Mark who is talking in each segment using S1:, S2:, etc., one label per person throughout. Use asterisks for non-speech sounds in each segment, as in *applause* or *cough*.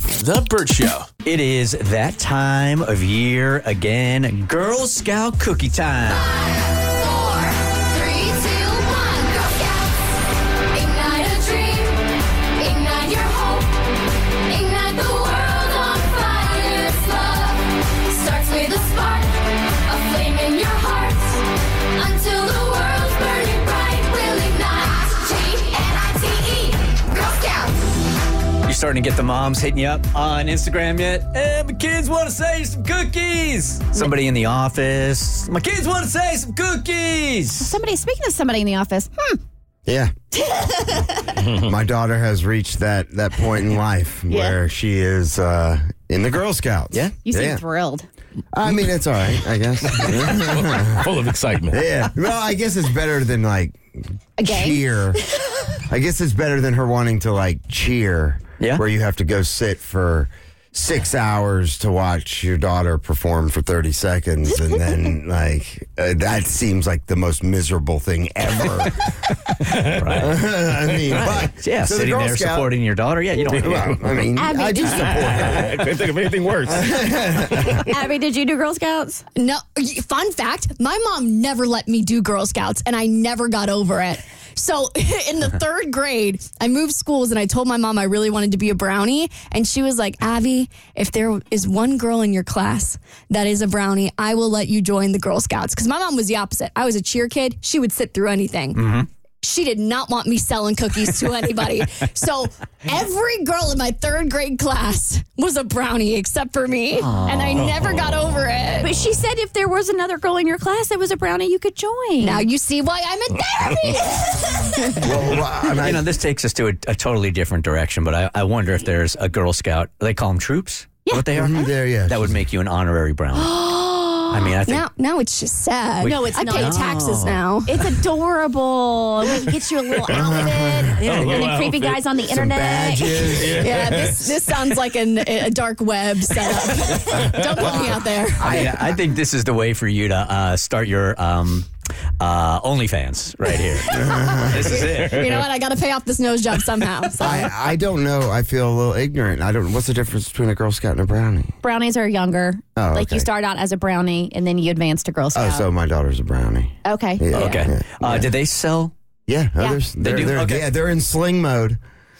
S1: The Bird Show.
S2: It is that time of year again. Girl Scout cookie time.
S3: Four, three, two, one. Go Scouts! Ignite a dream. Ignite your hope. Ignite the world on fire. It's love. Starts with a spark, a flame in your heart. Until the world's burning bright, we'll ignite. G-N-I-T-E. Girl Scouts!
S2: You starting to get the moms hitting you up on Instagram yet? Hey, my kids want to say some cookies. Somebody in the office. My kids want to say some cookies.
S4: Somebody speaking to somebody in the office. Hmm.
S5: Yeah. My daughter has reached that that point in life where she is uh, in the Girl Scouts.
S2: Yeah.
S4: You seem
S5: yeah.
S4: thrilled.
S5: I mean, it's all right, I guess. yeah.
S1: Full of excitement.
S5: Well, I guess it's better than like
S4: A gang?
S5: cheer. I guess it's better than her wanting to like cheer.
S2: Yeah.
S5: Where you have to go sit for six hours to watch your daughter perform for 30 seconds and
S4: *laughs*
S5: then like uh, that seems like the most miserable thing
S4: *laughs*
S5: ever
S2: Right.
S5: *laughs* i mean but,
S2: Yeah,
S5: so the
S2: sitting
S5: Girl
S2: there
S5: Scout-
S2: supporting your daughter. Yeah, you don't.
S5: Well, I mean,
S4: Abby,
S5: I do
S4: did-
S5: support her.
S1: I couldn't think of anything worse.
S4: *laughs* Abby, did you do Girl Scouts?
S6: No, fun fact my mom never let me do Girl Scouts, and I never got over it. So *laughs* in the third grade, I moved schools and I told my mom I really wanted to be a brownie. And she was like, Abby, if there is one girl in your class that is a brownie, I will let you join the Girl Scouts. Because my mom was the opposite. I was a cheer kid, she would sit through anything. She did not want me selling cookies to anybody. so every girl in my third grade class was a brownie except for me. And I never got over it.
S4: But she said if there was another girl in your class that was a brownie, you could join.
S6: Now you see why I'm in therapy.
S5: Well, well, I mean,
S2: *laughs* You *laughs* know, this takes us to a, a totally different direction, but I, I wonder if there's a Girl Scout. They call them troops. Yeah. What they are?
S5: Mhm, there, yeah.
S2: That would make you an honorary brownie.
S5: *gasps*
S2: I mean, I think
S6: now, now it's just sad.
S2: No,
S6: I pay
S2: not. *laughs*
S6: taxes now.
S4: It's adorable. We get you a
S5: *laughs*
S4: little outfit.
S1: A
S4: and
S1: little
S4: then creepy
S1: outfit.
S4: guys on the
S5: Oh, some
S4: internet.
S5: badges.
S6: Yeah, this this sounds like an, a dark web setup. *laughs* Don't put me out there.
S2: I, I think this is the way for you to uh, start your um, uh, OnlyFans right here. this is it.
S6: You know what? I got to pay off this nose
S2: *laughs*
S6: job somehow. So.
S5: I, I don't know. I feel a little ignorant. I don't. What's the difference between a Girl Scout and a brownie?
S4: Brownies are younger.
S5: Oh,
S4: Like you
S5: okay.
S4: start out as a brownie and then you advance to Girl
S5: Oh,
S4: Scout.
S5: so my daughter's a brownie.
S4: okay.
S5: Oh, Yeah.
S2: Okay. Uh, did they sell?
S5: Yeah. oh, there's-
S2: They
S5: they're,
S2: do?
S5: they're-
S2: Okay.
S5: Yeah, they're in sling mode.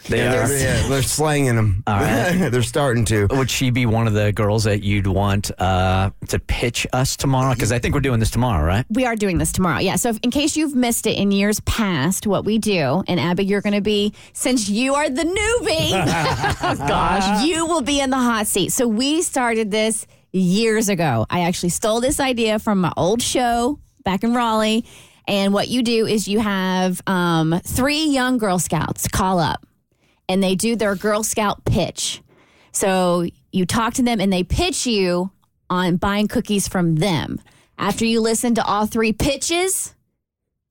S2: They
S5: Yeah,
S2: are.
S5: They're,
S2: *laughs*
S5: yeah, they're slanging them.
S2: All right.
S5: *laughs* they're starting to.
S2: uh, Would she be one of the girls that you'd want uh, to pitch us tomorrow? Because I think we're doing this tomorrow, right?
S4: We are doing this tomorrow. Yeah. So, if, in case you've missed it in years past, what we do, and Abby, you're going to be, since you are the
S5: *laughs*
S4: newbie, gosh, you will be in the hot seat. So, we started this years ago. I actually stole this idea from my old show back in Raleigh. And what you do is you have um, three young Girl Scouts call up and they do their Girl Scout pitch. So you talk to them and they pitch you on buying cookies from them. After you listen to all three pitches,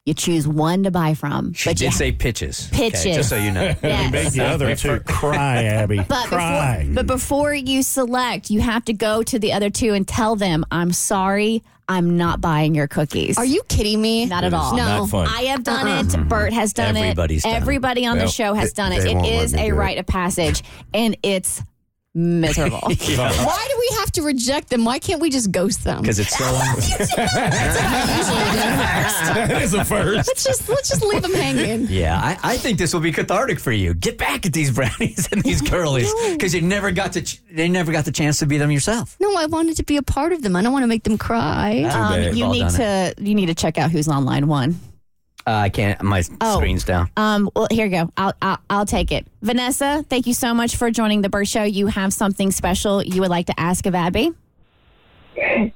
S4: you choose one to buy from.
S2: She did say pitches. Okay,
S4: Pitches.
S2: just so you know.
S4: Yes.
S7: Make the other two cry, Abby. *laughs*
S4: But
S7: cry.
S4: before, but before you select, you have to go to the other two and tell them, I'm sorry, I'm not buying your cookies.
S6: Are you kidding me?
S4: Not at all. Uh-uh.
S6: No.
S7: not fun.
S4: I have done it. Bert has done
S2: Everybody's
S4: it.
S2: done it.
S4: Everybody on
S7: Well,
S4: the show has done it.
S5: they
S4: It
S5: won't let
S4: is
S5: me
S4: a
S5: do it.
S4: rite of passage, and it's miserable.
S5: *laughs*
S6: Why do we have to reject them? Why can't we just ghost them?
S2: Because it's so. *laughs*
S7: that is a first.
S6: Let's just let's just leave them hanging.
S2: Yeah, I, I think this will be cathartic for you. Get back at these brownies *laughs* and these girlies because you never got to. Ch- they never got the chance to be them yourself.
S6: No, I wanted to be a part of them. I don't want to make them cry.
S4: Um,
S2: We've
S4: you
S2: all
S4: need to you need to check out who's on line one.
S2: Uh, I can't. My
S4: Oh.
S2: screen's down.
S4: Um, well, here you go. I'll, I'll I'll take it. Vanessa, thank you so much for joining the Bird Show. You have something special you would like to ask of Abby.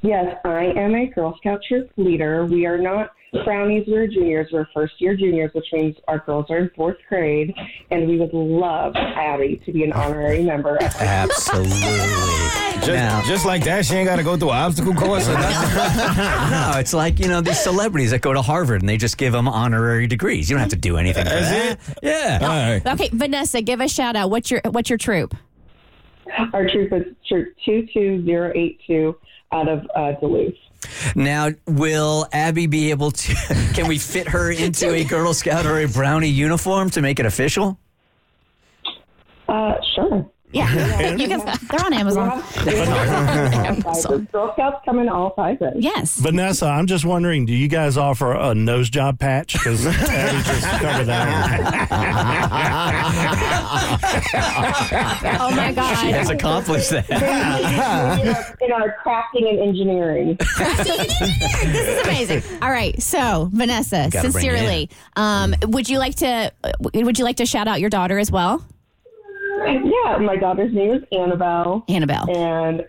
S8: Yes, I am a Girl Scout cheerleader. We are not brownies, we're juniors. We're first year juniors, which means our girls are in fourth grade, and we would love Abby to be an honorary member.
S2: Absolutely.
S7: Just,
S2: Now-
S7: just like that, she ain't got to go through an obstacle course or nothing.
S4: Ah.
S2: no, it's like you know these celebrities that go to Harvard and they just give them honorary degrees. You don't have to do anything. for
S7: Is
S2: that.
S7: it?
S2: Yeah.
S7: All right.
S4: Okay, Vanessa, give a shout out. What's your what's your troop?
S8: Our troop is troop 22082 out of uh, Duluth.
S2: Now, will Abby be able to? *laughs* Can we fit her into a Girl Scout or a Brownie uniform to make it official?
S8: Uh, sure.
S4: *laughs* Yeah, you can. *laughs* They're on Amazon. *laughs*
S8: Sizes. Uh, Girl Scouts come in all sizes.
S4: Yes.
S9: Vanessa, I'm just wondering, do you guys offer a nose job patch? Because Abby just covered that. one.
S4: Oh
S2: *laughs*
S4: my
S2: She
S4: God.
S2: has accomplished that.
S8: *laughs* in our crafting and engineering.
S4: this
S2: *laughs*
S4: is amazing. All right, so Vanessa,
S2: Gotta bring it in.
S4: sincerely, um, would you like to would you like to shout out your daughter as well,
S8: yeah, my daughter's name is Annabelle,
S4: Annabelle?
S8: and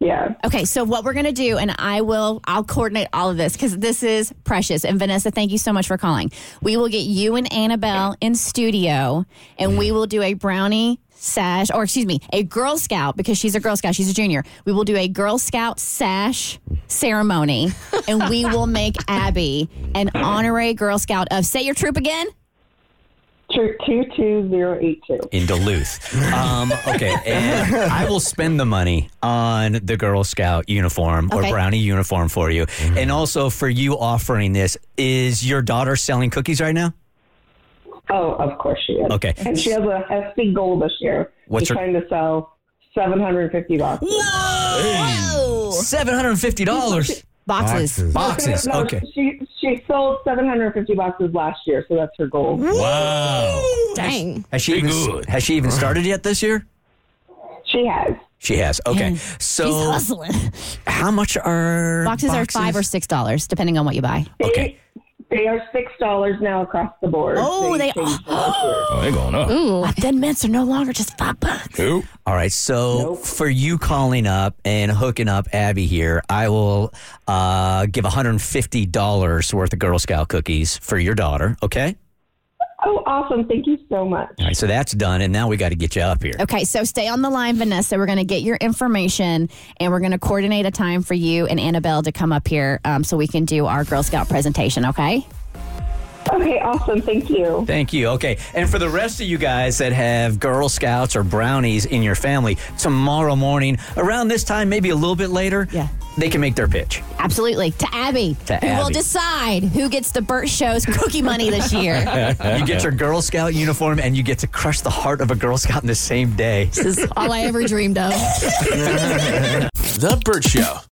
S8: yeah,
S4: Okay, so what we're gonna do, and I will, I'll coordinate all of this because this is precious. And Vanessa, thank you so much for calling. We will get you and Annabelle in studio, and we will do a brownie sash, or excuse me, a Girl Scout because she's a Girl Scout, she's a junior. We will do a Girl Scout sash ceremony, and we will make Abby an honorary Girl Scout of. Say your troop again.
S8: troop two two zero eight two.
S2: in Duluth. Um, okay, and I will spend the money on the Girl Scout uniform or
S4: Okay.
S2: brownie uniform for you,
S7: Mm-hmm.
S2: and also for you offering this. Is your daughter selling cookies right now?
S8: Oh, of course she is.
S2: Okay.
S8: and she has a hefty goal this year.
S2: What's
S8: She's
S2: her-
S8: trying to sell seven hundred and fifty dollars.
S4: Whoa!
S2: Seven hundred and fifty
S4: *laughs*
S2: dollars
S4: Boxes.
S2: boxes.
S5: Boxes.
S8: No,
S2: Okay.
S8: She she sold seven hundred and fifty boxes last year, so that's her goal.
S9: Wow.
S6: Dang.
S2: Has she even
S1: good.
S2: has she even started yet this year?
S8: She has.
S2: She has. Okay.
S4: She's
S2: So
S4: hustling.
S2: how much are
S4: Boxes, are five or six dollars, depending on what you buy.
S8: They,
S2: Okay.
S8: They are six dollars now across the board.
S4: Oh, they- *gasps*
S8: changed last year.
S1: Oh, they're going up.
S4: Then mints are no longer just five bucks.
S1: Who?
S2: All right, so
S8: Nope.
S2: for you calling up and hooking up Abby here, I will uh, give $150 worth of Girl Scout cookies for your daughter, okay?
S8: Oh, awesome! Thank you so much.
S2: All right, so that's done, and now we got to get you up here.
S4: Okay, so stay on the line, Vanessa. We're going to get your information and we're going to coordinate a time for you and Annabelle to come up here um, so we can do our Girl Scout presentation, okay?
S8: Okay, awesome. Thank you.
S2: Thank you. Okay, and for the rest of you guys that have Girl Scouts or brownies in your family, tomorrow morning, around this time, maybe a little bit later,
S4: Yeah.
S2: they can make their pitch.
S4: Absolutely. To Abby.
S2: To
S4: who will
S2: Abby.
S4: decide who gets the Burt Show's cookie money
S2: *laughs*
S4: this year.
S2: you get your Girl Scout uniform, and you get to crush the heart of a Girl Scout in the same day.
S6: This is all I ever dreamed of.
S1: The Burt Show.